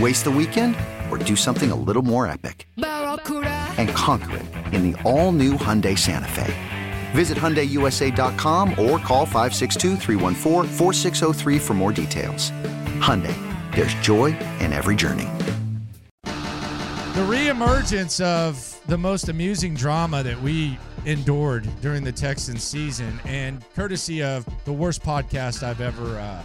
Waste the weekend or do something a little more epic Barracuda. and conquer it in the all new Hyundai Santa Fe? Visit HyundaiUSA.com or call 562-314-4603 for more details. Hyundai, there's joy in every journey. The reemergence of the most amusing drama that we endured during the Texans season, and courtesy of the worst podcast I've ever uh,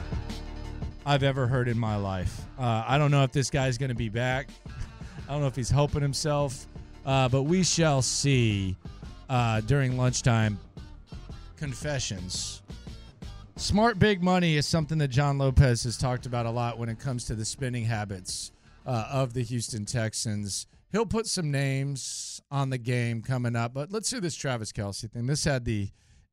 I've ever heard in my life. Uh, I don't know if this guy's going to be back. I don't know if he's helping himself, uh, but we shall see uh, during lunchtime. Confessions. Smart big money is something that John Lopez has talked about a lot when it comes to the spending habits uh, of the Houston Texans. He'll put some names on the game coming up, but let's do this Travis Kelsey thing. This had the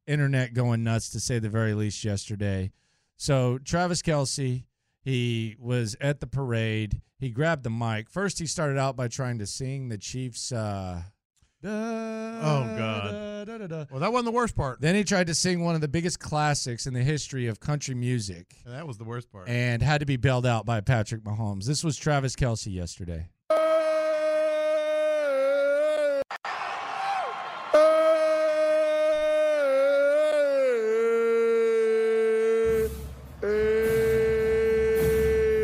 internet going nuts, to say the very least, yesterday. So Travis Kelsey, he was at the parade. He grabbed the mic. First, he started out by trying to sing the Chiefs. Uh, oh God. Da, da, da. Well, that wasn't the worst part. Then he tried to sing one of the biggest classics in the history of country music That was the worst part. and had to be bailed out by Patrick Mahomes. This was Travis Kelsey yesterday.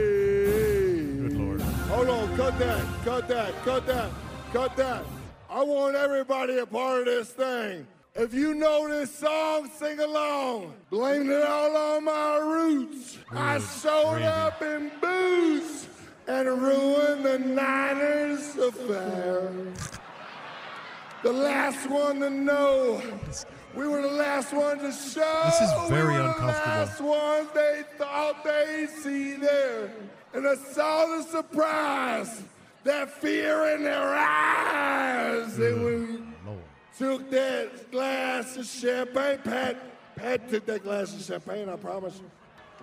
Good lord. Hold on, cut that, cut that, cut that, cut that. I want everybody a part of this thing. If you know this song, sing along. Blame it all on my roots. I showed up in boots and ruined the Niners affair. The last one to know. We were the last one to show. This is very we were uncomfortable. The last ones they thought they'd see there. And I saw the surprise, that fear in their eyes. Hmm. And when we took that glass of champagne, Pat, Pat took that glass of champagne, I promise. you.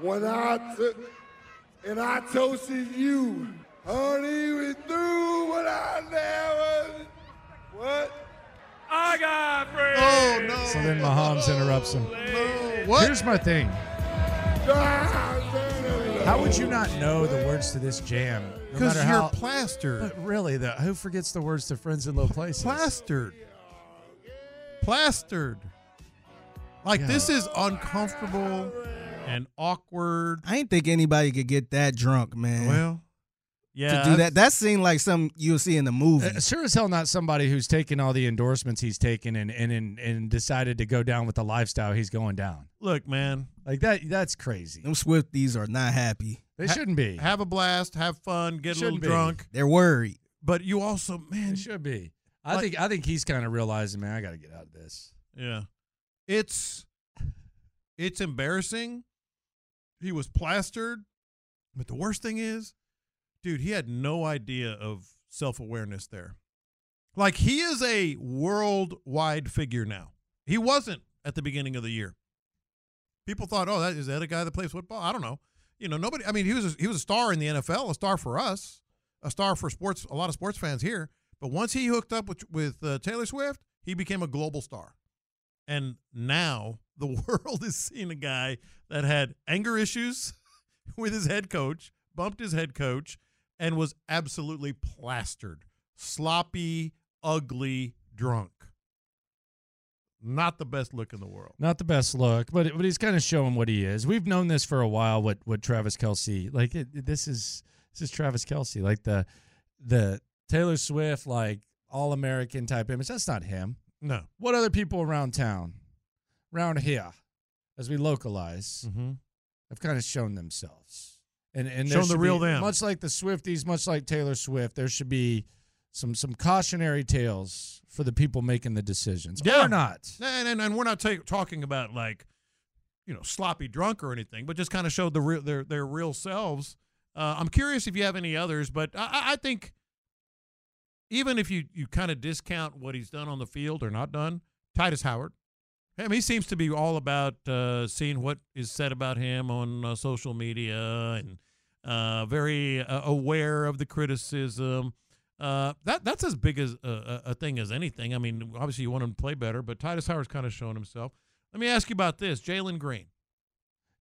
When I took, and I toasted you, honey, we threw what I never, what? I got friends. Oh no. So then Mahomes interrupts him. What? Here's my thing. How would you not know the words to this jam? No Because matter you're how. plastered. But really, the, who forgets the words to friends in low places? Plastered. Plastered. Like this is uncomfortable and awkward. I didn't think anybody could get that drunk, man. Well, to Yeah, do that, that seemed like something you'll see in the movie. Uh, sure as hell not somebody who's taken all the endorsements he's taken and and and, and decided to go down with the lifestyle he's going down. look, man. Like that that's crazy. Them Swifties are not happy. They shouldn't be. Have a blast. Have fun. Get a Should little be. drunk. They're worried. But you also, They man. should be. I Like- think I think he's kind of realizing, man, I got to get out of this. Yeah. It's it's embarrassing. He was plastered, but the worst thing is, dude, he had no idea of self-awareness there. Like he is a worldwide figure now. He wasn't at the beginning of the year. People thought, "Oh, that is that a guy that plays football?" I don't know. You know, nobody I mean, he was a, he was a star in the NFL, a star for us, a star for sports a lot of sports fans here, but once he hooked up with with uh, Taylor Swift, he became a global star. And now the world is seeing a guy that had anger issues, with his head coach, bumped his head coach, and was absolutely plastered, sloppy, ugly, drunk. Not the best look in the world. Not the best look, but but he's kind of showing what he is. We've known this for a while. What what Travis Kelsey like? It, it- this is this is Travis Kelsey like the the Taylor Swift like all American type image. That's not him. No. What other people around town, around here, as we localize, Mm-hmm. have kind of shown themselves. And and there Shown the should real be- them. Much like the Swifties, much like Taylor Swift, there should be some some cautionary tales for the people making the decisions. Yeah. Or not. And, and and we're not ta- talking about like, you know, sloppy drunk or anything, but just kind of showed the real their their real selves. Uh, I'm curious if you have any others, but I, I- I think even if you you kind of discount what he's done on the field or not done, Titus Howard, I mean, he seems to be all about uh, seeing what is said about him on uh, social media and uh, very uh, aware of the criticism. Uh, that that's as big as a, a a thing as anything. I mean, obviously you want him to play better, but Titus Howard's kind of shown himself. Let me ask you about this: Jalen Green,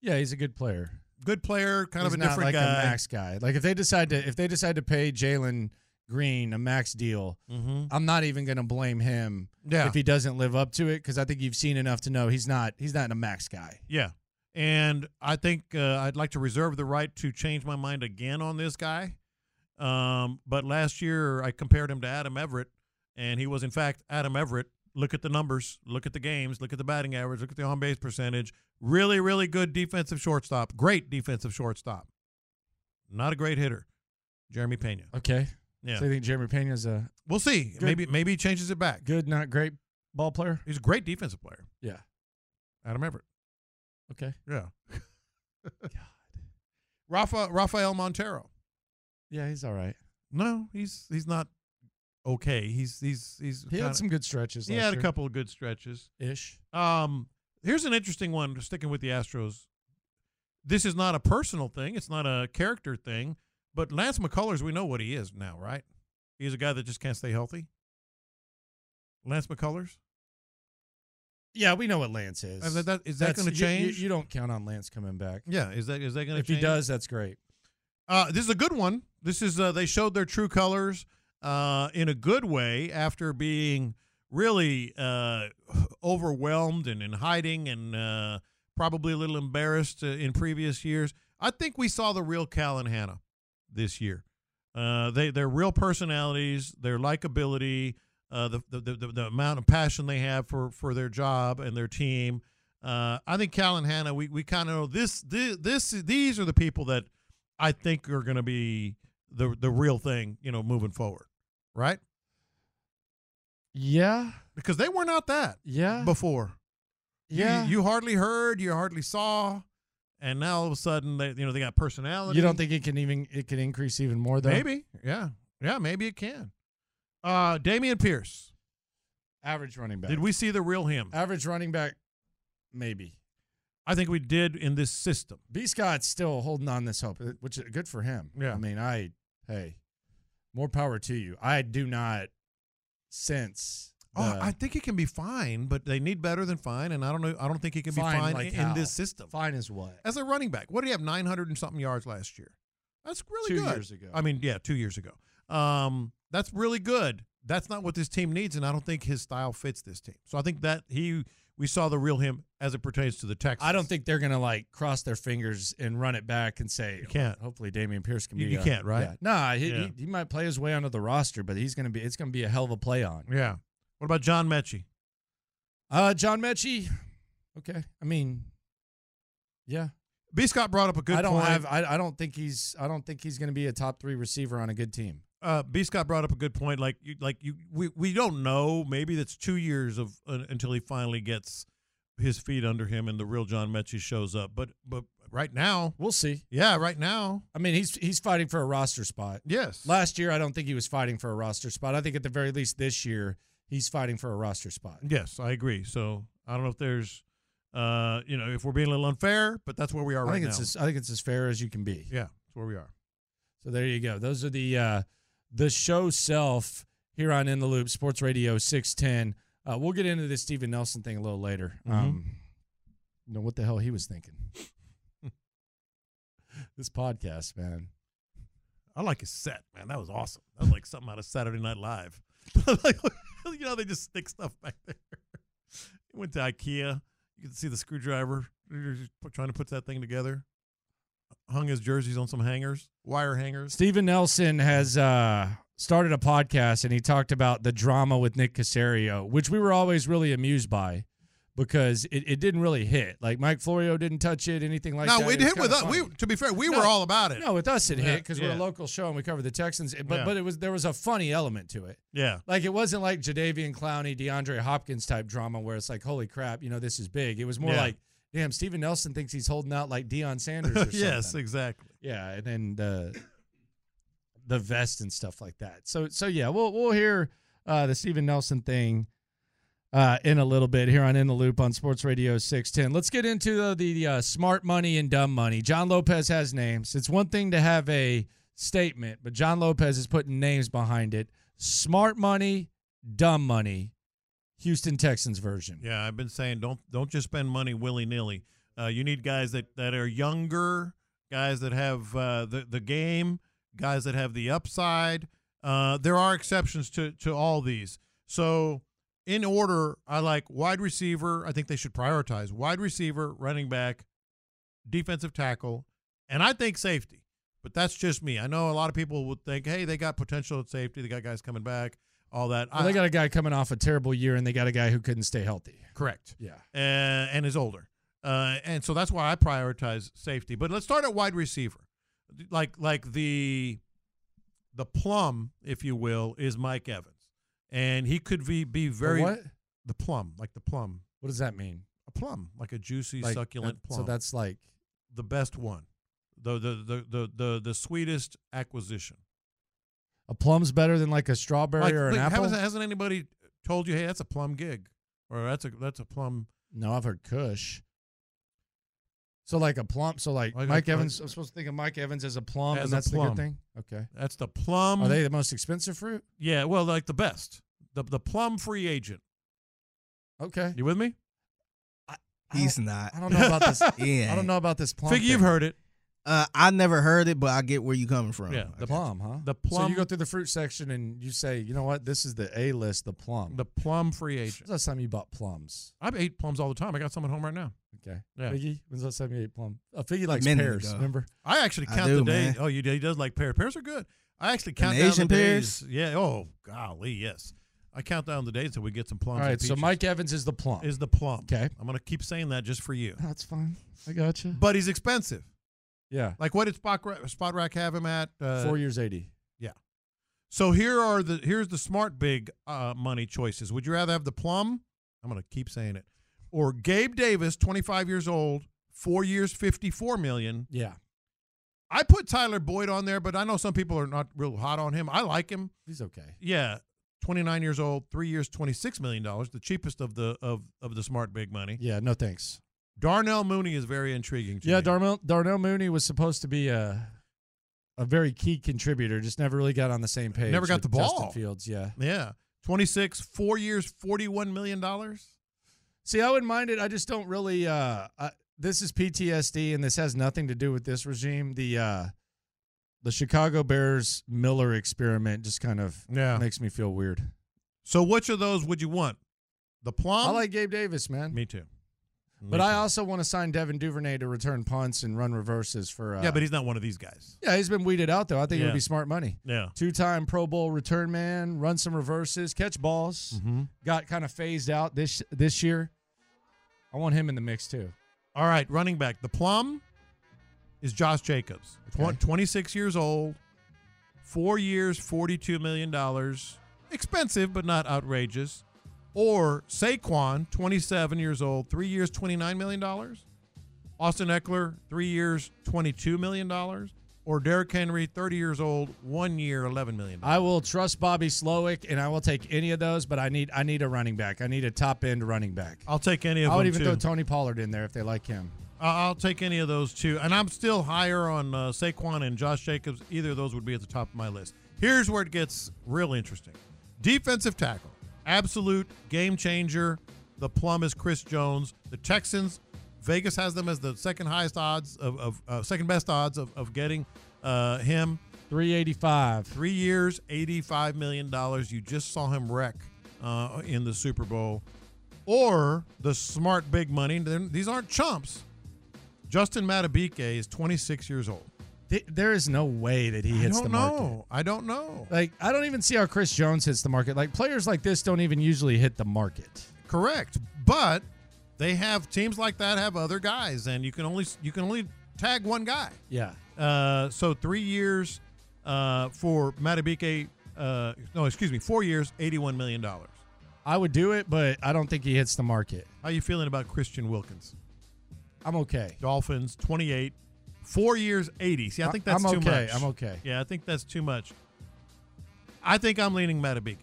Yeah, he's a good player. good player, kind He's of a not different like guy. a max guy. Like if they decide to if they decide to pay Jalen Green a max deal, Mm-hmm. I'm not even gonna blame him Yeah, if he doesn't live up to it because I think you've seen enough to know he's not he's not a max guy. yeah. And I think uh, I'd like to reserve the right to change my mind again on this guy. Um, but last year I compared him to Adam Everett, and he was in fact Adam Everett. Look at the numbers, look at the games, look at the batting average, look at the on base percentage. Really, really good defensive shortstop. Great defensive shortstop. Not a great hitter. Jeremy Pena. Okay. Yeah. So you think Jeremy Pena's a We'll see. Good. Maybe maybe he changes it back. good, not great ball player? He's a great defensive player. Yeah. Adam Everett. Okay. Yeah. Rafa Rafael Montero. Yeah, he's all right. No, he's he's not okay. He's he's he's He kinda- had some good stretches. he last had a year. couple of good stretches. ish. Um, here's an interesting one. Sticking with the Astros, this is not a personal thing. It's not a character thing. But Lance McCullers, we know what he is now, right? He's a guy that just can't stay healthy. Lance McCullers. Yeah, we know what Lance is. Is that, that- is that That's- going to you- you- change? You, don't count on Lance coming back. yeah. Is that is that going to If change? he does, that's great. Uh, this is a good one. This is uh, they showed their true colors uh, in a good way after being really uh, overwhelmed and in hiding and uh, probably a little embarrassed uh, in previous years. I think we saw the real Cal and Hannah this year. Uh, they their real personalities, their likability, uh, the, the the the amount of passion they have for for their job and their team. Uh, I think Cal and Hannah, we, we kind of know this, this this these are the people that I think are going to be the the real thing, you know, moving forward, right? Yeah, Because they were not that yeah, before. You- yeah. you, hardly heard, you hardly saw, and now all of a sudden they, you know, they got personality. You don't think it can even it can increase even more though? maybe, yeah, yeah, maybe it can. Uh, Damian Pierce, average running back. did we see the real him? average running back? Maybe. I think we did in this system. B Scott's still holding on this hope, uh, which is good for him. Yeah. I mean, I hey, more power to you. I do not sense. Oh, the I think he can be fine, but they need better than fine, and I don't know. I don't think he can be Fine fine like in how? this system. fine as what? as a running back. What did he have? Nine hundred and something yards last year. That's really Two good. years ago. I mean, yeah, two years ago. Um, that's really good. That's not what this team needs, and I don't think his style fits this team. So I think that he we saw the real him as it pertains to the Texans. I don't think they're gonna like cross their fingers and run it back and say You can't. Hopefully, Damian Pierce can be. You- you a- can't, right? Yeah. Nah, he, Yeah. he he might play his way onto the roster, but he's gonna be. It's gonna be a hell of a play on. Yeah. What about John Mechie? Uh, John Mechie. Okay, I mean, yeah, B. Scott brought up a good I don't point. have. I, I don't think he's. I don't think he's gonna be a top three receiver on a good team. uh, B. Scott brought up a good point. Like, you, like you, we, we don't know. Maybe that's two years of uh, until he finally gets his feet under him and the real John Mechie shows up. But but right now, We'll see. yeah, right now, I mean, he's he's fighting for a roster spot. yes. Last year, I don't think he was fighting for a roster spot. I think at the very least this year, he's fighting for a roster spot. Yes, I agree. So I don't know if there's, uh, you know, if we're being a little unfair, but that's where we are I right think now. it's as, I think it's as fair as you can be. yeah, that's where we are. So there you go. Those are the uh, the show self here on In the Loop Sports Radio 610. Uh, we'll get into this Steven Nelson thing a little Mm-hmm. later. Um, you know what the hell he was thinking. This podcast, man. I like his set, man. That was awesome. That was like something out of Saturday Night Live. like, you know, they just stick stuff back there. He went to IKEA. You can see the screwdriver Just put- trying to put that thing together. Hung his jerseys on some hangers, wire hangers. Steven Nelson has uh, started a podcast and he talked about the drama with Nick Casario, which we were always really amused by because it, it didn't really hit. Like Mike Florio didn't touch it, anything like that. no, it was hit kinda with us. funny. We, to be fair, we No, were all about it. No, with us it Yeah, hit because we're yeah. a local show and we cover the Texans. eh, But Yeah. but it was there was a funny element to it. Yeah. Like it wasn't like Jadavian Clowney, DeAndre Hopkins type drama where it's like, holy crap, you know this is big. It was more Yeah. like, damn, Steven Nelson thinks he's holding out like Deion Sanders. Or yes, something. exactly. yeah, and then the the vest and stuff like that. So so yeah, we'll we'll hear uh, the Steven Nelson thing. Uh, in a little bit here on In the Loop on Sports Radio 610. Let's get into the, the uh, smart money and dumb money. John Lopez has names. It's one thing to have a statement, but John Lopez is putting names behind it. Smart money, dumb money, Houston Texans version. Yeah, I've been saying don't don't just spend money willy nilly. Uh, you need guys that that are younger, guys that have uh, the the game, guys that have the upside. Uh, there are exceptions to to all these. So in order, I like wide receiver. I think they should prioritize wide receiver, running back, defensive tackle, and I think safety. But that's just me. I know a lot of people would think, hey, they got potential at safety. They got guys coming back, all that. Well, I, they got a guy coming off a terrible year, and they got a guy who couldn't stay healthy. correct. Yeah. uh, and is older. Uh, and so that's why I prioritize safety. But let's start at wide receiver. Like like the the plum, if you will, is Mike Evans. And he could be be very what? the plum, like the plum. What does that mean? A plum, like a juicy, Like, succulent that- plum. So that's like the best one. The the the the the, the sweetest acquisition. a plum's better than like a strawberry Like, or an look, apple. hasn't, hasn't anybody told you, hey, that's a plum gig? Or that's a that's a plum No, I've heard Kush. So like a plump. So like, Like a- Mike like- Evans. I'm supposed to think of Mike Evans as a plum, As and a that's the plum. good thing. Okay. that's the plum Are they the most expensive fruit? Yeah, well, like the best, the the plum free agent. Okay. You with me? He's not. I don't know about this. Yeah. I don't know about this plum. Figure you've thing. heard it. Uh, I never heard it, but I get where you coming from. Yeah, the plum, huh? The So plum- you go through the fruit section and you say, you know what? This is the A list. The plum. The plum free When's agent. the last time you bought plums? I ate plums all the time. I got some at home right now. Okay. Yeah. Figgy. When's the last time you ate plum? A figgy likes minute pears. ago. Remember? I actually I count do, the days. man. Oh, you he does like pears. Pears are good. I actually count Them down Asian the pears? days. Yeah. Oh, golly, yes. I count down the days until we get some plums. All and right. So peaches. Mike Evans is the plum. is the plum. Okay. I'm gonna keep saying that just for you. that's fine. I got you. But he's expensive. Yeah. Like what did Spot Ra- Spot Rack have him at? Uh, Four years eighty. So here are the here's the smart big uh, money choices. Would you rather have the plum? I'm gonna keep saying it, or Gabe Davis, 25 years old, four years, 54 million. Yeah. I put Tyler Boyd on there, but I know some people are not real hot on him. I like him. He's okay. Yeah, 29 years old, three years, 26 million dollars, the cheapest of the of of the smart big money. Yeah. No thanks. Darnell Mooney is very intriguing. To Yeah, me. Darnell, Darnell Mooney was supposed to be a a very key contributor, just never really got on the same page. Never got with the ball. Justin Fields, yeah. Yeah, 26, four years, 41 million dollars. See, I wouldn't mind it. I just don't really. Uh, I, this is PTSD, and this has nothing to do with this regime. The uh, the Chicago Bears Miller experiment just kind of Yeah. makes me feel weird. So which of those would you want? The plum. I like Gabe Davis, man, Me too. but I also want to sign Devin Duvernay to return punts and run reverses for. Uh, yeah, but he's not one of these guys. yeah, he's been weeded out though. I think it Yeah. would be smart money. Yeah. Two-time Pro Bowl return man, run some reverses, catch balls. Mm-hmm. got kind of phased out this this year. I want him in the mix too. All right, running back. The plum is Josh Jacobs. Tw- Okay. 26 years old, four years, $42 million. Expensive, but not outrageous. Or Saquon, 27 years old, three years, $29 million. Austin Eckler, three years, $22 million. Or Derrick Henry, 30 years old, one year, $11 million. I will trust Bobby Slowick, and I will take any of those. But I need I need a running back. I need a top end running back. I'll take any of I would them, even too. throw Tony Pollard in there if they like him. I- I'll take any of those two. And I'm still higher on uh, Saquon and Josh Jacobs. Either of those would be at the top of my list. Here's where it gets real interesting defensive tackle, absolute game changer. The plum is Chris Jones. The Texans Vegas has them as the second highest odds of, of uh, second best odds of, of getting uh, him. 385. Three years, $85 million. You just saw him wreck uh, in the Super Bowl. Or the smart big money. They're- These aren't chumps. Justin Matabike is 26 years old. Th- There is no way that he I hits don't the market. know. I don't know. Like I don't even see how Chris Jones hits the market. Like players like this don't even usually hit the market. Correct, but they have teams like that have other guys, and you can only you can only tag one guy. Yeah. Uh, so three years uh, for Matabike. Uh, no, excuse me, four years, eighty-one million dollars. I would do it, but I don't think he hits the market. How you feeling about Christian Wilkins? I'm okay. Dolphins, twenty-eight, four years, eighty. See, I think I- that's I'm too okay. much. I'm okay. Yeah, I think that's too much. I think I'm leaning Matabike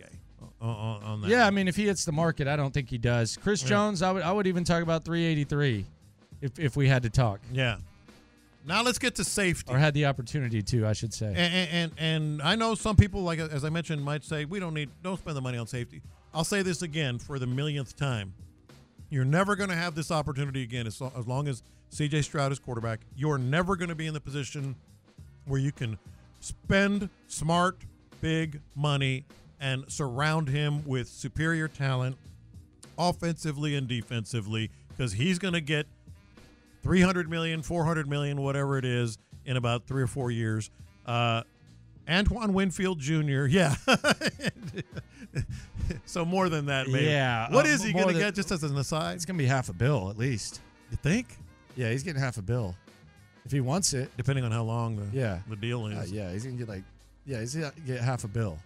on, on, on that. Yeah, I mean, if he hits the market, I don't think he does. Chris Jones, I would, I would even talk about 383, if if we had to talk yeah. Now let's get to safety. or had the opportunity to, I should say. And, and and I know some people, like as I mentioned, might say we don't need don't spend the money on safety. I'll say this again for the millionth time: you're never going to have this opportunity again as, lo- as long as C.J. Stroud is quarterback. You're never going to be in the position where you can spend smart, big money and surround him with superior talent, offensively and defensively, because he's going to get 300 million, 400 million, whatever it is, in about three or four years. Uh, Antoine Winfield Jr. Yeah. so more than that, maybe. Yeah, What uh, is he more going to than- get just as an aside? it's gonna be half a bill at least. You think? Yeah, he's getting half a bill if he wants it. Depending on how long the, Yeah. the deal is. Uh, yeah, he's gonna get like, yeah, he's gonna get half a bill.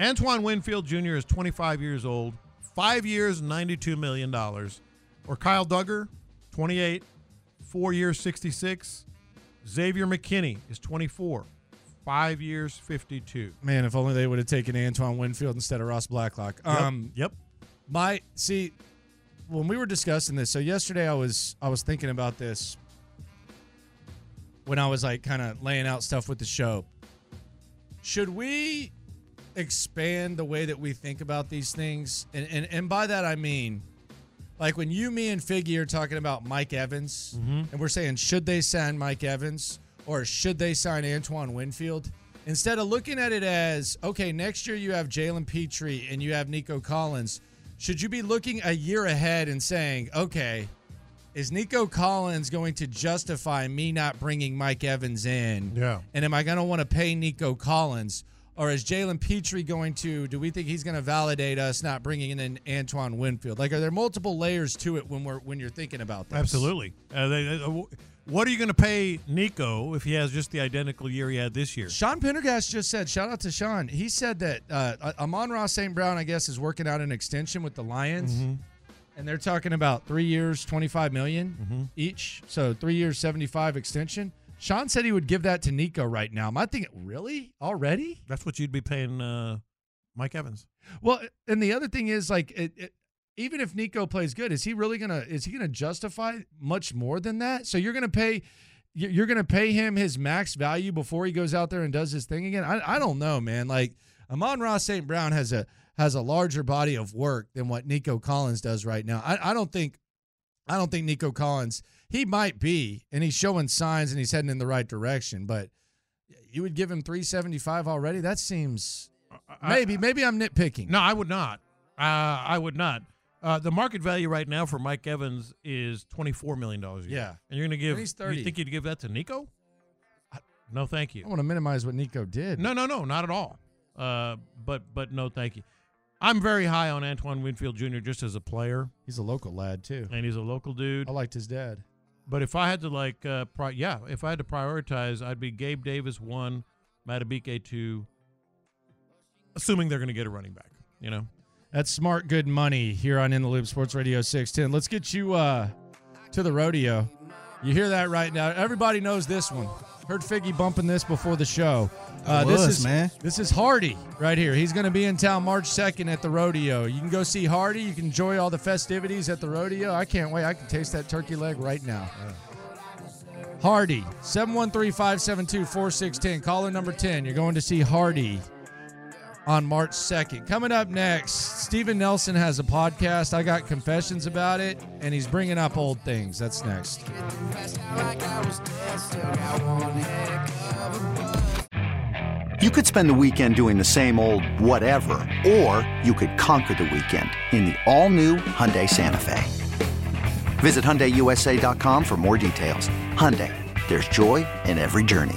Antoine Winfield Jr. is 25 years old, five years, $92 million. Or Kyle Duggar, 28, four years, 66. Xavier McKinney is 24, five years, 52. Man, if only they would have taken Antoine Winfield instead of Ross Blacklock. Um, yep. my see, when we were discussing this, so yesterday I was I was thinking about this when I was like kind of laying out stuff with the show. Should we expand the way that we think about these things? And and, and by that I mean like when you, me, and Figgy are talking about Mike Evans, and we're saying, should they sign Mike Evans or should they sign Antoine Winfield? Instead of looking at it as, okay, next year you have Jalen Petrie and you have Nico Collins, should you be looking a year ahead and saying, okay, is Nico Collins going to justify me not bringing Mike Evans in? Yeah. And am I going to want to pay Nico Collins? Or is Jalen Petrie going to, do we think he's going to validate us not bringing in Antoine Winfield? Like, are there multiple layers to it when we're, when you're thinking about this? Absolutely. Uh, they, uh, w- what are you going to pay Nico if he has just the identical year he had this year? Sean Pendergast just said, shout out to Sean. He said that uh, Amon Ross St. Brown, I guess, is working out an extension with the Lions. Mm-hmm. And they're talking about three years, 25 million Mm-hmm. each. So three years, 75 extension. Sean said he would give that to Nico right now. My thing, really? Already? That's what you'd be paying uh, Mike Evans. Well, and the other thing is like it, it, even if Nico plays good, is he really gonna is he gonna justify much more than that? So you're gonna pay you- you're gonna pay him his max value before he goes out there and does his thing again. I, I don't know, man. Like Amon Ross St. Brown has a has a larger body of work than what Nico Collins does right now. I, I don't think I don't think Nico Collins he might be, and he's showing signs and he's heading in the right direction, but you would give him 375 already? That seems maybe, maybe I'm nitpicking. No, I would not. Uh, I would not. Uh, the market value right now for Mike Evans is twenty four million dollars a year. Yeah. and you're gonna give. And he's You 30. think you'd give that to Nico? I- No, thank I you. want to minimize what Nico did. No, no, no, not at all. Uh, but but no, thank you. I'm very high on Antoine Winfield Jr. just as a player, He's a local lad too. and he's a local dude. I liked his dad. But if I had to like, uh, pri- yeah, if I had to prioritize, I'd be Gabe Davis one, Matabike two. Assuming they're going to get a running back, you know. That's smart, good money here on In the Loop Sports Radio 610. Let's get you uh, to the rodeo. You hear that right now? Everybody knows this one. Heard Figgy bumping this before the show. Uh, I this was, is man. This is Hardy right here. He's going to be in town March 2nd at the rodeo. You can go see Hardy. You can enjoy all the festivities at the rodeo. I can't wait. I can taste that turkey leg right now. Hardy, 713 572 4610. Caller number 10. You're going to see Hardy on March 2nd. Coming up next, Steven Nelson has a podcast. I got confessions about it, and he's bringing up old things. That's next. You could spend the weekend doing the same old whatever, or you could conquer the weekend in the all-new Hyundai Santa Fe. Visit HyundaiUSA.com for more details. Hyundai, there's joy in every journey.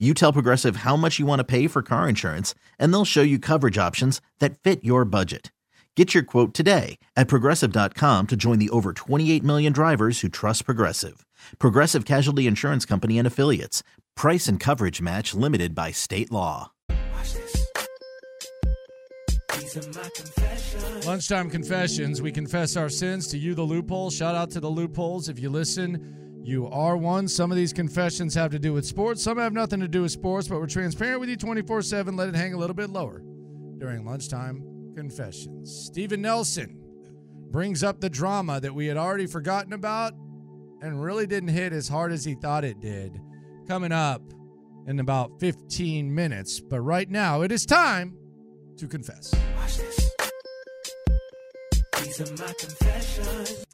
You tell Progressive how much you want to pay for car insurance, and they'll show you coverage options that fit your budget. Get your quote today at progressive.com to join the over 28 million drivers who trust Progressive. Progressive Casualty Insurance Company and Affiliates. Price and coverage match limited by state law. Lunchtime confessions. We confess our sins to you, the loophole. Shout out to the loopholes. If you listen, you are one. Some of these confessions have to do with sports, some have nothing to do with sports, but we're transparent with you 24 7. Let it hang a little bit lower during lunchtime confessions. Steven Nelson brings up the drama that we had already forgotten about and really didn't hit as hard as he thought it did. Coming up in about 15 minutes, but right now it is time to confess.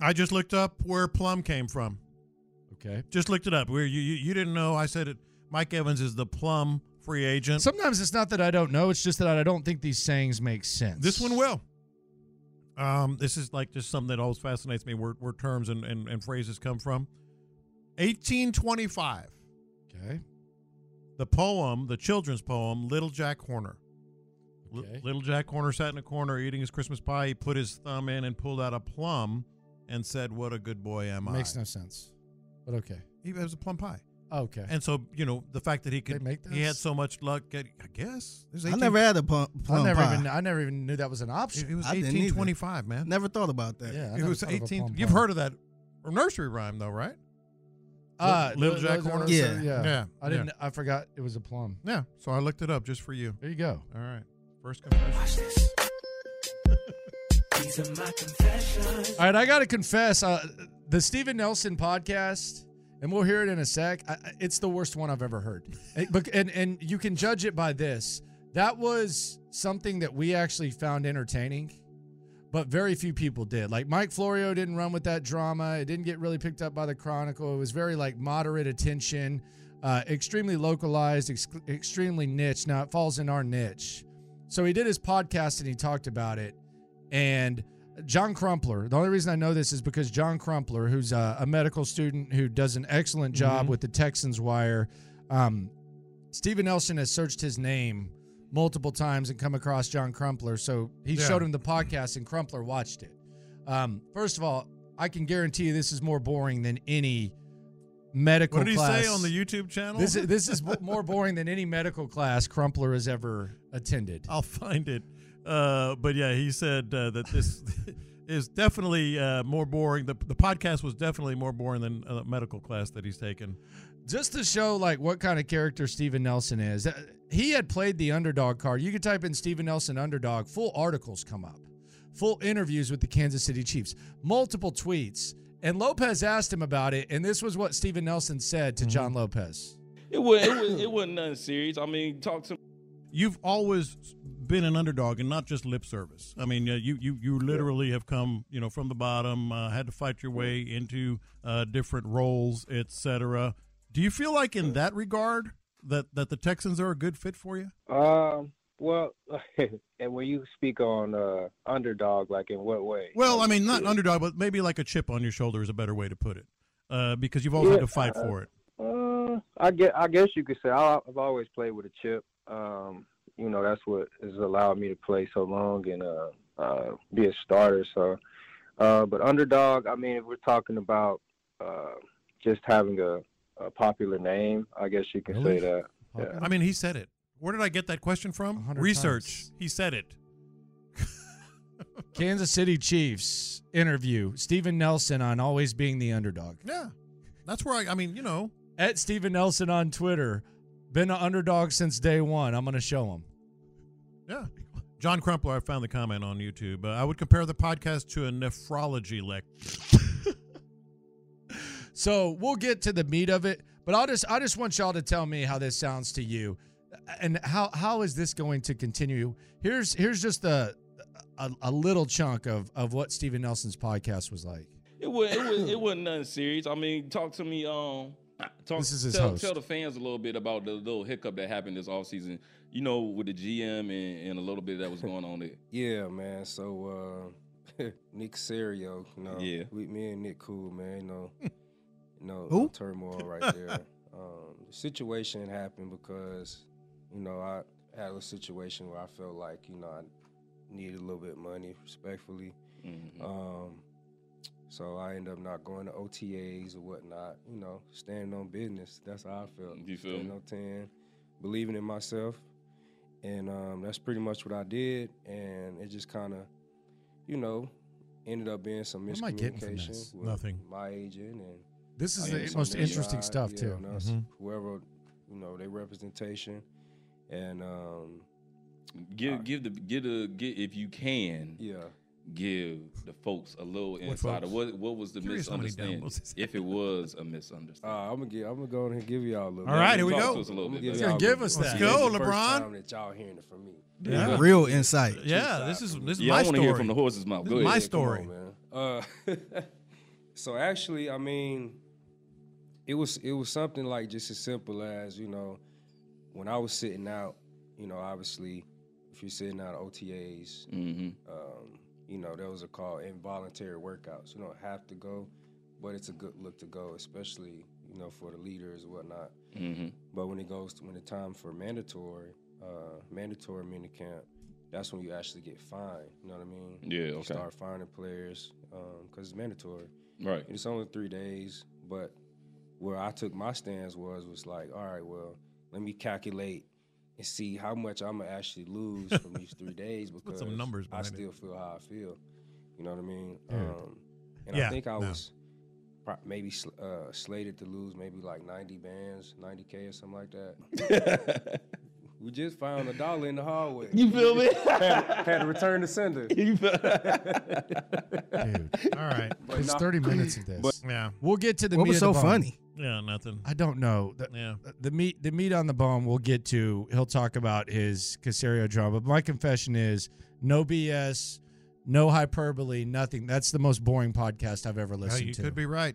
I just looked up where plum came from. Okay. Just looked it up. Where you, you you didn't know? I said it. Mike Evans is the plum free agent. Sometimes it's not that I don't know, it's just that I don't think these sayings make sense. This one will. Um, this is like just something that always fascinates me where, where terms and, and, and phrases come from. 1825, Okay. the poem, the children's poem, Little Jack Horner. L- Okay. Little Jack Horner sat in a corner eating his Christmas pie. He put his thumb in and pulled out a plum and said, What a good boy am Makes I. no sense. But okay. He it was a plum pie. Okay. And so, you know, the fact that he could, make he had those? so much luck, at, I guess. It was I 18 never had a plum, plum I never pie. even I never even knew that was an option. It, it was I didn't either. 1825, man. never thought about that. yeah. I it never was thought of a 18. plum You've pie. heard of that nursery rhyme, though, right? uh, Little Jack Horner. Horner? Yeah. Yeah. yeah. Yeah. I didn't I forgot it was a plum. Yeah. So I looked it up just for you. There you go. All right. First confession. All right, I got to confess uh, the Steven Nelson podcast and we'll hear it in a sec. I, I- it's the worst one I've ever heard. It- but- and and you can judge it by this. That was something that we actually found entertaining. but very few people did. Like Mike Florio didn't run with that drama. It didn't get really picked up by the Chronicle. It was very like moderate attention, uh, extremely localized, ex- extremely niche. Now it falls in our niche. So he did his podcast and he talked about it. And John Crumpler, the only reason I know this is because John Crumpler, who's a, a medical student who does an Mm-hmm. excellent job with the Texans Wire, um, Steven Nelson has searched his name multiple times and come across John Crumpler. So he Yeah. showed him the podcast and Crumpler watched it. Um, first of all, I can guarantee you this is more boring than any medical What did he class. say on the YouTube channel? This is, this is bo- more boring than any medical class Crumpler has ever attended. I'll find it. Uh, but yeah, he said uh, that this is definitely uh, more boring. The, the podcast was definitely more boring than uh, medical class that he's taken. just to show like what kind of character Steven Nelson is. uh, He had played the underdog card. You could type in Steven Nelson underdog, full articles come up. Full interviews with the Kansas City Chiefs, multiple tweets. And Lopez asked him about it, and this was what Steven Nelson said to John Lopez. It was it was it wasn't nothing serious. I mean, talk to You've always been an underdog, and not just lip service. I mean, uh, you you you literally have come, you know, from the bottom, uh, had to fight your way into uh, different roles, etc. Do you feel like, in that regard, that that the Texans are a good fit for you? Um. Well, and when you speak on uh, underdog, like in what way? Well, I mean, not underdog, but maybe like a chip on your shoulder is a better way to put it, uh, because you've always had to fight for it. Uh, I get. I guess you could say I, I've always played with a chip. um, you know, that's what has allowed me to play so long and uh, uh, be a starter. So, uh, but underdog, I mean, if we're talking about uh, just having a, a popular name, I guess you can Really? say that. Yeah. I mean, he said it. Where did I get that question from? 100 Research. times. He said it. Kansas City Chiefs interview. Steven Nelson on always being the underdog. Yeah. That's where I, I mean, you know, At Steven Nelson on Twitter. Been an underdog since day one. I'm going to show him. yeah. John Crumpler, I found the comment on YouTube. Uh, I would compare the podcast to a nephrology lecture. So we'll get to the meat of it, but I'll just I just want y'all to tell me how this sounds to you, and how how is this going to continue? Here's here's just a a, a little chunk of of what Steven Nelson's podcast was like. It was it was it wasn't nothing serious. I mean, talk to me. Um, talk, This is his tell, host. tell the fans a little bit about the little hiccup that happened this offseason, You know, with the GM and, and a little bit that was going on there. Yeah, man. So uh Nick Serio, you know, Yeah. we, me and Nick cool, man. You know, you know, Who? turmoil right there. um, the situation happened because you know I had a situation where I felt like you know I needed a little bit of money, respectfully. Mhm. Um, so I ended up not going to OTAs or whatnot. You know, standing on business. That's how I felt. You feel Standing me? on ten, believing in myself, and um, that's pretty much what I did. And it just kind of, you know, ended up being some What am I getting from this? miscommunication with Nothing. my agent and This is I the guess on most their interesting side, stuff yeah, too. Mm-hmm. and us- Mhm. Whoever, you know, their representation, and um, Give give the give the get if you can yeah. give the folks a little insight of folks? what what was the Curious how many misunderstanding, downloads this if it was a misunderstanding. Uh, I'm gonna give. I'm gonna go ahead and give y'all a little. All right, bit. here we Talk go. To us a little I'ma bit. give baby. Yeah, y'all a give little us bit. that. Let's go, This is the LeBron. First time that y'all hearing it from me. Yeah. Real insight. Yeah, this is this is Yeah, my I want to story. hear from the horse's mouth. This Go is my ahead. story. Come on, man. Uh, so actually, I mean, it was it was something like just as simple as you know, when I was sitting out, you know, obviously, if you're sitting out OTAs, Mm-hmm. um, you know, there was a call involuntary workouts. You don't have to go, but it's a good look to go, especially you know for the leaders and whatnot. Mm-hmm. But when it goes to, when the time for mandatory, uh, mandatory minicamp, that's when you actually get fined. You know what I mean? Yeah, You okay. start fining players because it's mandatory. Right. And it's only three days. But where I took my stance was was like, all right, well, let me calculate and see how much I'm gonna actually lose from these three days Put because some numbers I behind it. still feel how I feel. You know what I mean? Dude. Um, and Yeah, I think I no. was pro- maybe sl- uh, slated to lose maybe like 90 bands, 90k or something like that. We just found a dollar in the hallway. you feel me? had, had to return to sender. you feel Dude, All right. it's 30 minutes of this. Yeah. we'll get to the What meat was of so the bone. funny? Yeah, nothing. I don't know. The, Yeah. the meat the meat on the bone we'll get to. He'll talk about his Casario drama. But my confession is no BS, no hyperbole, nothing. That's the most boring podcast I've ever Yeah, listened you to. could be right.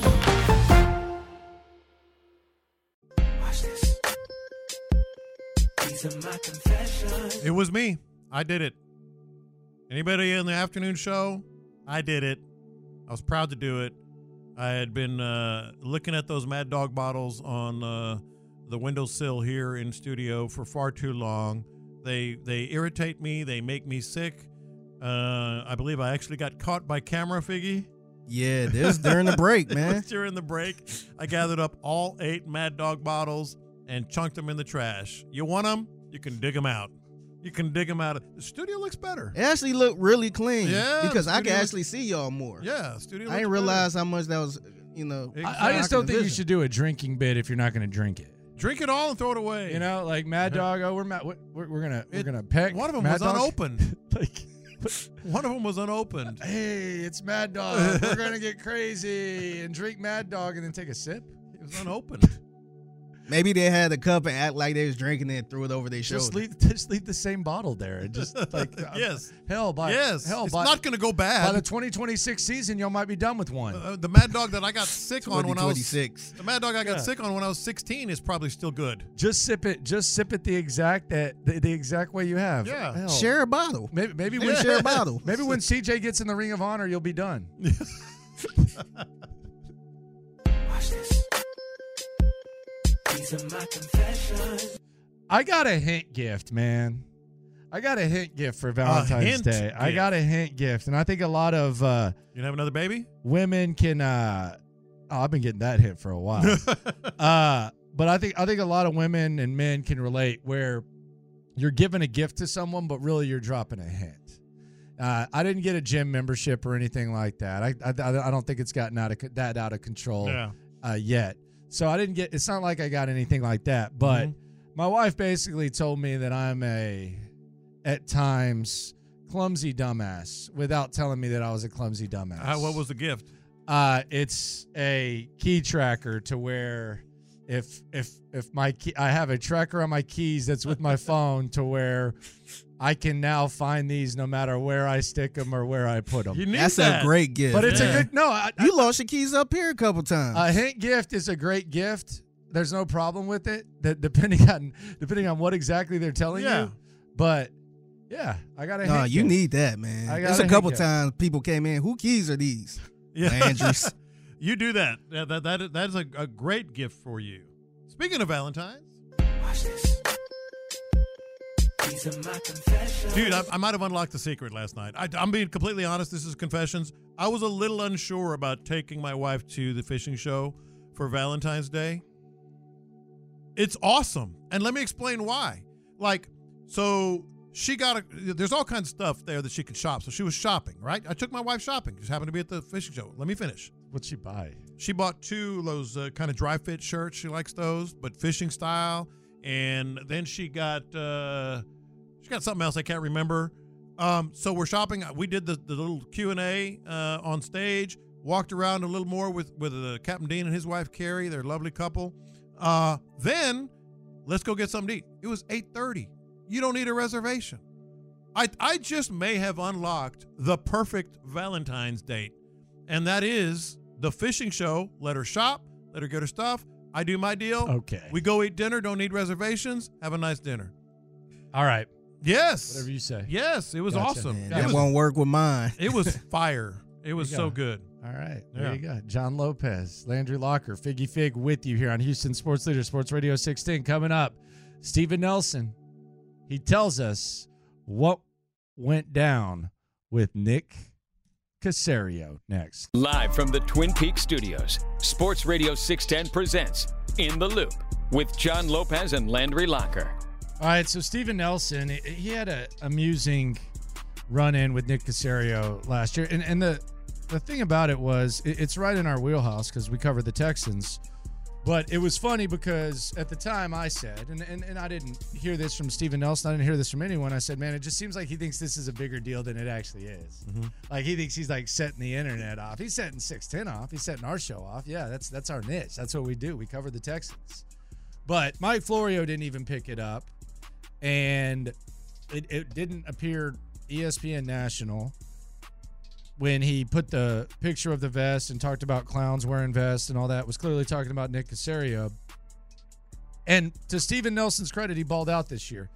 It was me. I did it. Anybody in the afternoon show? I did it. I was proud to do it. I had been uh, looking at those Mad Dog bottles on uh, the windowsill here in studio for far too long. They they irritate me. They make me sick. Uh, I believe I actually got caught by camera, Figgy. Yeah, this during the break, It man. was during the break, I gathered up all eight Mad Dog bottles and chunked them in the trash. You want them? You can dig them out. You can dig them out. The studio looks better. It actually looked really clean. Yeah, because I can studio- actually see y'all more. I Yeah, studio looks didn't better. realize how much that was. You know, I, I just don't think you should do a drinking bit if you're not going to drink it. Drink it all and throw it away. You know, like Mad Dog. Oh, we're mad. We're, we're gonna we're It- gonna peck. One of them Mad was Dog. unopened. one of them was unopened. Hey, it's Mad Dog. we're gonna get crazy and drink Mad Dog and then take a sip. It was unopened. Maybe they had a cup and act like they was drinking it and threw it over their shoulder. Just leave, just leave the same bottle there. And just like uh, Yes. hell by Yes. hell It's by, not gonna go bad. By the 2026 season, y'all might be done with one. Uh, the Mad Dog that I got sick on when I was 2026. The Mad Dog I got Yeah. sick on when I was 16 is probably still good. just sip it. Just sip it the exact that the, the exact way you have. Yeah. Hell. Share a bottle. Maybe maybe They when share a bottle. Maybe when CJ gets in the Ring of Honor, you'll be done. I got a hint gift, man. I got a hint gift for Valentine's hint Day. I gift. got a hint gift, and I think a lot of uh, You gonna have another baby? women can. Uh, oh, I've been getting that hint for a while. uh, but I think I think a lot of women and men can relate where you're giving a gift to someone, but really you're dropping a hint. Uh, I didn't get a gym membership or anything like that. I I, I don't think it's gotten out of co- that out of control Yeah. uh, yet. So I didn't get. It's not like I got anything like that. Mm-hmm. But my wife basically told me that I'm a at times clumsy dumbass without telling me that I was a clumsy dumbass. Uh, what was the gift? Uh, it's a key tracker to where if if if my key, I have a tracker on my keys that's with my phone to where I can now find these no matter where I stick them or where I put them. You That's a great gift. But it's man. a good no. I, You lost your keys up here a couple times. a hint gift is a great gift. There's no problem with it. That depending on depending on what exactly they're telling Yeah. you. But yeah, I got a no, hint you gift. need that, I man. got There's a a couple hint gift. times people came in. Who keys are these? Landry's. you do that. That that, that, that is a, a great gift for you. Speaking of Valentine's, Dude, I, I might have unlocked the secret last night. I, am being completely honest. This is confessions. I was a little unsure about taking my wife to the fishing show for Valentine's Day. It's awesome, and let me explain why. Like, so she got a. There's all kinds of stuff there that she could shop. So she was shopping, right? I took my wife shopping. Just happened to be at the fishing show. Let me finish. What'd she buy? She bought two of those uh, kind of dry fit shirts. She likes those, but fishing style. And then she got uh, she got something else I can't remember. Um, so we're shopping. We did the, the little Q and A uh, on stage. Walked around a little more with with uh, Captain Dean and his wife Carrie. They're a lovely couple. Uh, then let's go get something to eat. It was eight thirty. You don't need a reservation. I I just may have unlocked the perfect Valentine's date and that is the fishing show. Let her shop, let her get her stuff. I do my deal. Okay. We go eat dinner, don't need reservations, have a nice dinner. All right. Yes. Whatever you say. Yes, it was Gotcha. awesome. Man, it, that was, won't work with mine. it was fire. It was you so go. good. All right. There Yeah. you go. John Lopez, Landry Locker, Figgy Fig with you here on Houston Sports Leader Sports Radio 16. Coming up, Steven Nelson. He tells us what went down with Nick Casario next. Live from the Twin Peaks studios, Sports Radio 610 presents In the Loop with John Lopez and Landry Locker. All right, so Steven Nelson, he- he had a amusing run in with Nick Casario last year, and and the the thing about it was it- it's right in our wheelhouse because we cover the Texans. But it was funny because at the time I said, and, and, and I didn't hear this from Steven Nelson, I didn't hear this from anyone. I said, man, it just seems like he thinks this is a bigger deal than it actually is. Like he thinks he's like setting the internet off. He's setting 610 off. He's setting our show off. Yeah, that's that's our niche. That's what we do. We cover the Texans. But Mike Florio didn't even pick it up. And it, it didn't appear E ESPN National when he put the picture of the vest and talked about clowns wearing vests and all that was clearly talking about Nick Casario. And to Steven Nelson's credit, he balled out this year.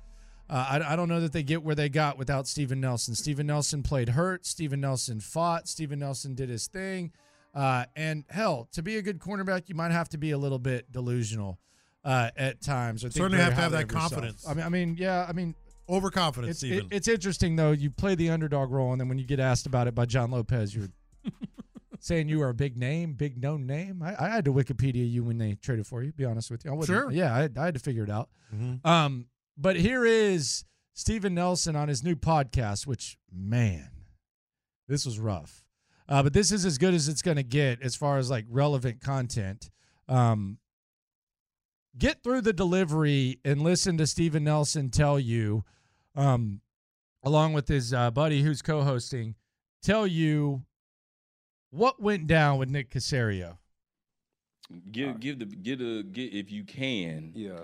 Uh, I, I don't know that they get where they got without Steven Nelson. Steven Nelson played hurt. Steven Nelson fought. Steven Nelson did his thing. Uh, and hell, to be a good cornerback, you might have to be a little bit delusional uh, at times. I think Certainly very have to have highly that of yourself. confidence. I mean, I mean, yeah, I mean, overconfidence. It's, even it- it's interesting though. You play the underdog role, and then when you get asked about it by John Lopez, you're saying you are a big name, big known name. I, I had to Wikipedia you when they traded for you. Be honest with you, I wasn't- Sure. Yeah, I, I had to figure it out. Mhm. Um, but here is Steven Nelson on his new podcast, which man, this was rough. Uh, but this is as good as it's going to get as far as like relevant content. Um, get through the delivery and listen to Steven Nelson tell you, um, along with his uh, buddy who's co hosting, tell you what went down with Nick Casario. Give give the give a get if you can. Yeah.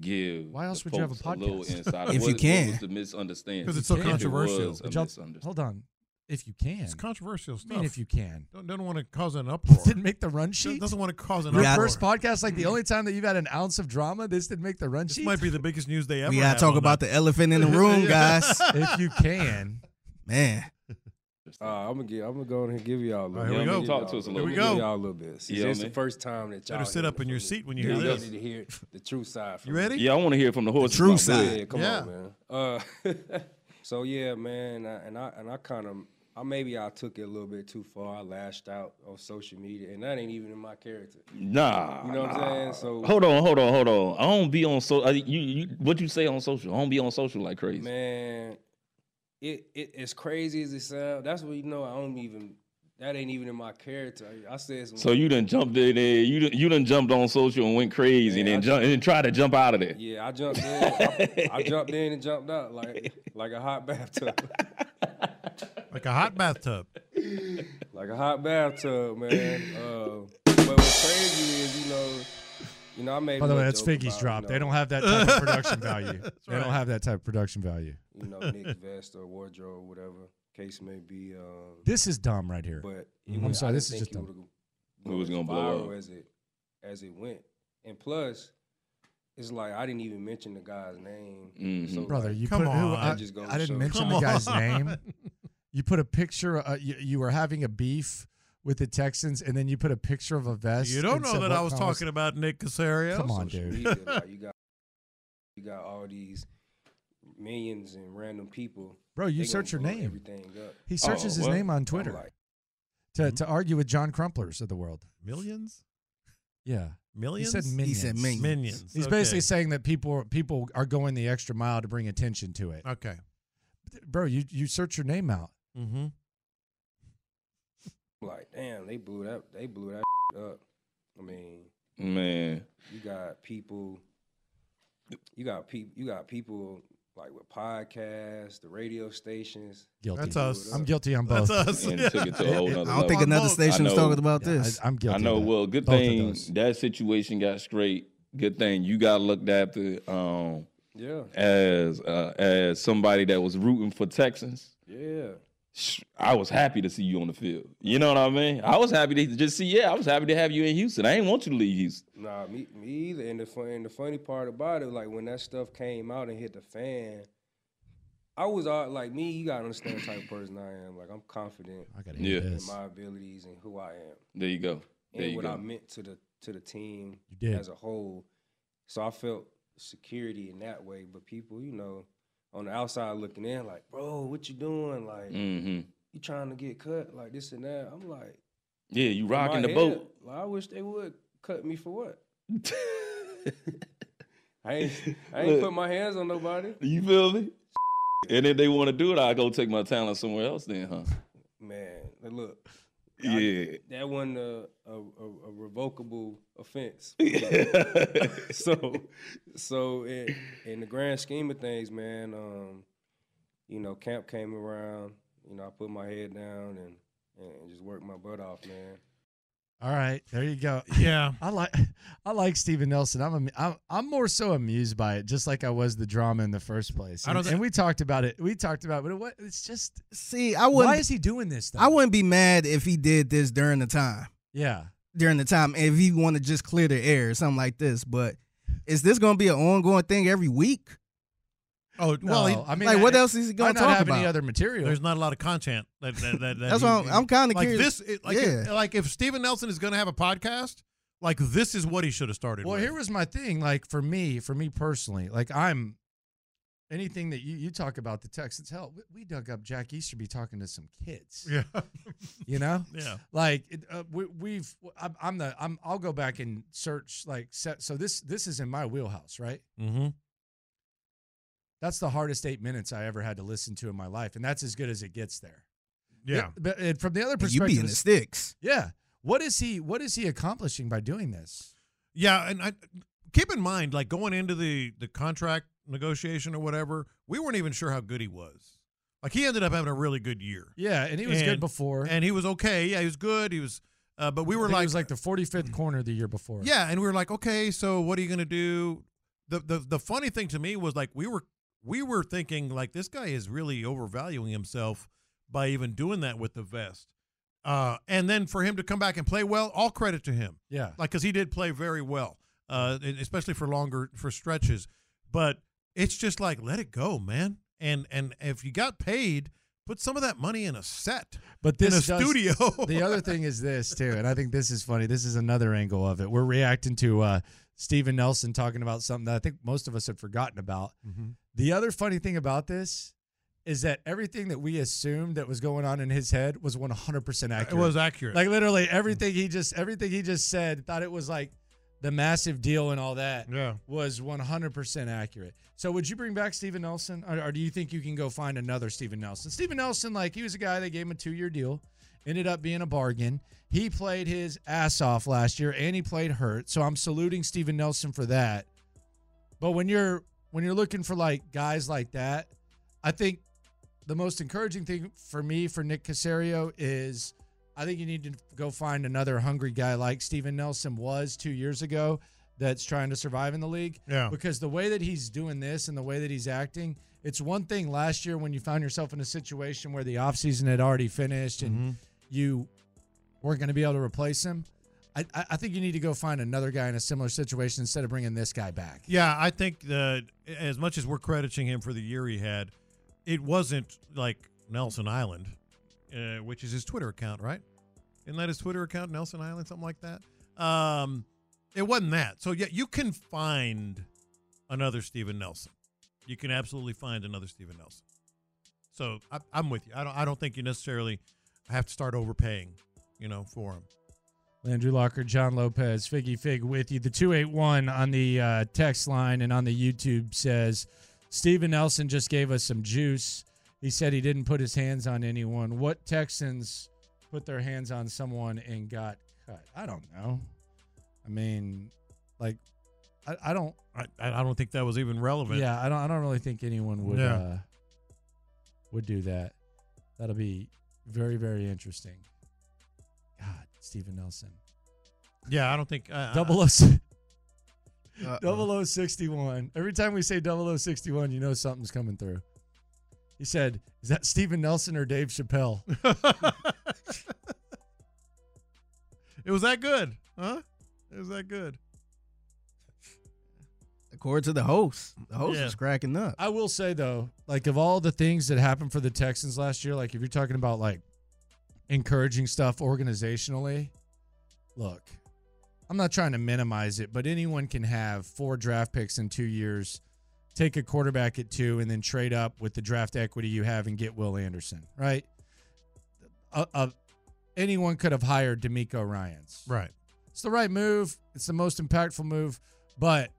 Give. Why else the would you have a folks little podcast? insight of If you what- can. What was the misunderstanding? 'Cause it's so If it was a controversial. But y'all- misunderstanding. Hold on. If you can. It's controversial I stuff. mean, if you can. don't, don't want to cause an uproar. Didn't make the run sheet. Doesn't want to cause an Your uproar. first Mm-hmm. podcast, like the only time that you've had an ounce of drama, this didn't make the run sheet. might be the biggest news they ever. We gotta had talk on about that. the elephant in the room, guys. if you can, man. Uh, I'm gonna get. I'm gonna go in here and give y'all a little. All right, bit. here we I'm go. gonna give Talk to us a y'all little bit. bit. Give y'all a little bit. See, Yeah, this is the man. first time that y'all Better sit hear up in your from me. seat when you hear Y'all this. need to hear the true side. From You me. ready? Yeah, I want to hear from the horse's mouth. Yeah, come on, man. Uh, so yeah, man, I, and I and I kind of, I maybe I took it a little bit too far. I lashed out on social media, and that ain't even in my character. Nah. you know what nah. I'm saying? So Hold on, hold on, hold on. I don't be on so. I, you, you, what you say on social? I don't be on social like crazy. Man, it, it as crazy as it sounds, that's what you know. I don't even. That ain't even in my character. I, I said some. So you done jumped in there. You done, you done jumped on social and went crazy, and then jump, and then tried to jump out of there. Yeah, I jumped in. I, I jumped in and jumped out like like a hot bathtub. like a hot bathtub. like a hot bathtub, man. Uh, but what's crazy is, you know, you know, I made. By the a way, that's joke Figgy's about, drop. You know, They don't have that type of production value. That's they right. don't have that type of production value. You know, Nick's vest or wardrobe, whatever case may be. Um, This is dumb right here. But Mhm. I'm sorry, this is just dumb. It was Mm-hmm. gonna blow up. as it as it went, and plus, it's like I didn't even mention the guy's name. Mhm. Brother, like, you come put on, who, that I, just goes I to didn't show. mention the guy's name. You put a picture. Uh, you, you were having a beef with the Texans, and then you put a picture of a vest. You don't and know said that what I was conference- talking about Nick Casario. Come on, social dude. media, like, you got you got all these millions and random people. Bro, you they gonna search your blow name. everything up. He searches Oh, his name on Twitter like- to, hmm? to argue with John Crumplers of the world. Millions. Yeah. Millions? He said He minions. said minions. Minions, He's okay. basically saying that people people are going the extra mile to bring attention to Oh. it. Okay. Bro, you, you search your name out. Mm-hmm. I'm like, damn, they blew that. They blew that up. I mean, Man, you got people. You got people. You got people like with podcasts, the radio stations. Guilty. They blew it up. I'm guilty on both. And took it to a whole nother I don't think level. another station was I know- talking about this. I, am guilty. I know. of that. Well, good Both of thing those. that situation got straight. Good thing you got looked after um, Yeah. as uh, as somebody that was rooting for Texans. Yeah. Sh- I was happy to see you on the field. You know what I mean? I was happy to just see. Yeah, I was happy to have you in Houston. I didn't want you to leave Houston. Nah, me, me either. And the fun, and the funny part about it, like when that stuff came out and hit the fan, I was all like, me. You gotta understand the type of person I am. Like I'm confident. I gotta hear in this. my abilities and who I am. There you go. There and you what go. I meant to the to the team You did. as a whole. So I felt security in that way. But people, you know, on the outside looking in, like, bro, what you doing? Like, hmm you trying to get cut? Like this and that. I'm like, Yeah, you in rocking my the head, boat. Like, I wish they would cut me for what. I ain't, I ain't Look. put my hands on nobody. You feel me? And if they want to do it, I go take my talent somewhere else. Then, huh? Man, but look, I- Yeah. that wasn't a, a, a, a revocable offense. so, so in, in the grand scheme of things, man, um, you know, camp came around. You know, I put my head down and and just worked my butt off, man. All right, there you go. Yeah, I like I like Steven Nelson. I'm, am- I'm I'm more so amused by it, just like I was the drama in the first place. I And, don't thi- and we talked about it. We talked about it, but it, wa- it's just see. I wouldn't- Why is he doing this? Though? I wouldn't be mad if he did this during the time. Yeah. During the time, if he want to just clear the air or something like this. But is this going to be an ongoing thing every week? Oh well, he, No, I mean, Like, I- what else is he gonna might not talk have any about? other material. There's not a lot of content. That, that, that, that That's he- why I'm- I'm kinda like curious. This, it- like, Yeah. if, like if Steven Nelson is going to have a podcast, like this is what he should have started. Well, with. here was my thing. Like for me, for me personally, like I'm anything that you you talk about the Texans. Hell, we, we dug up Jack Easterby talking to some kids. Yeah. you know. Yeah. Like it, uh, we, we've I'm, I'm the I'm I'll go back and search like set. So this this is in my wheelhouse, right? Mm-hmm. That's the hardest eight minutes I ever had to listen to in my life, and that's as good as it gets there. Yeah. but and from the other You be in the perspective, it's- sticks. Yeah. What is he? What is he accomplishing by doing this? Yeah, and I keep in mind, like going into the the contract negotiation or whatever, we weren't even sure how good he was. Like he ended up having a really good year. Yeah, and he was good before. and he was okay. Yeah, he was good. He was, uh, but we I were think like, he was like the 45th corner the year before. yeah, and we were like, okay, so what are you gonna do? The the the funny thing to me was like we were we were thinking like this guy is really overvaluing himself by even doing that with the vest. Uh, and then for him to come back and play well, all credit to him. Yeah. like because he did play very well, uh, and especially for longer for stretches. But it's just like let it go, man. And and if you got paid, put some of that money in a set, But this in a does- studio. the other thing is this too, and I think this is funny. This is another angle of it. We're reacting to uh, Steven Nelson talking about something that I think most of us had forgotten about. Mhm. The other funny thing about this is that everything that we assumed that was going on in his head was 100% accurate. was accurate. Mm. Like literally everything he just everything he just said thought it was like the massive deal and all that Yeah. was 100% accurate. So would you bring back Steven Nelson or, or do you think you can go find another Steven Nelson? Steven Nelson like he was a guy they gave him a 2-year deal, ended up being a bargain. He played his ass off last year and he played hurt. So I'm saluting Steven Nelson for that. But when you're when you're looking for like guys like that, I think the most encouraging thing for me for Nick Casario is I think you need to go find another hungry guy like Steven Nelson was two years ago that's trying to survive in the league. Yeah. Because the way that he's doing this and the way that he's acting, it's one thing last year when you found yourself in a situation where the offseason had already finished and you weren't going to be able to replace him. I, I I think you need to go find another guy in a similar situation instead of bringing this guy back. Yeah, I think that as much as we're crediting him for the year he had, it wasn't like Nelson Island, uh, which is his Twitter account, right? Isn't that his Twitter account, Nelson Island, something like that? Um, it wasn't that. So yeah, you can find another Steven Nelson. You can absolutely find another Steven Nelson. So I, I'm with you. I don't. I don't think you necessarily have to start overpaying, you know, for him. Landry Locker, John Lopez, Figgy Fig with you. The 281 on the uh, text line and on the YouTube says, Steven Nelson just gave us some juice. He said he didn't put his hands on anyone. What Texans put their hands on someone and got cut? I don't know. I mean, like, I, I don't. I, I don't think that was even relevant. Yeah, I don't. I don't really think anyone would Yeah. uh, would do that. That'll be very, very interesting. God, Steven Nelson. Yeah, I don't think uh, Double oh O uh, Double 0061. Every time we say 0061, you know something's coming through. He said, Is that Steven Nelson or Dave Chappelle? It was that good, huh? It was that good. According to the host, the host Yeah. is cracking up. I will say though, like of all the things that happened for the Texans last year, like if you're talking about like encouraging stuff organizationally, look, I'm not trying to minimize it, but anyone can have four draft picks in two years, take a quarterback at two, and then trade up with the draft equity you have and get Will Anderson, right? Uh, uh, anyone could have hired D'Amico Ryan's. Right. It's the right move. It's the most impactful move, but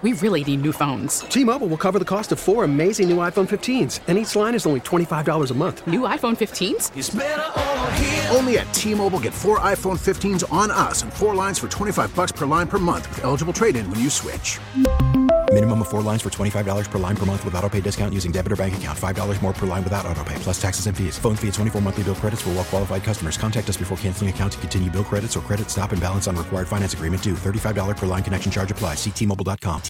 We really need new phones. T-Mobile will cover the cost of four amazing new iPhone 15s, and each line is only $25 a month. New iPhone 15s? Only at T-Mobile, get four iPhone 15s on us and four lines for 25 bucks per line per month with eligible trade-in when you switch. Minimum of four lines for $25 per line per month with auto pay discount using debit or bank account. $5 more per line without auto pay, plus taxes and fees. Phone fee at 24 monthly bill credits for all qualified customers. Contact us before canceling account to continue bill credits or credit stop and balance on required finance agreement due. $35 per line connection charge applies. Ctmobile.com.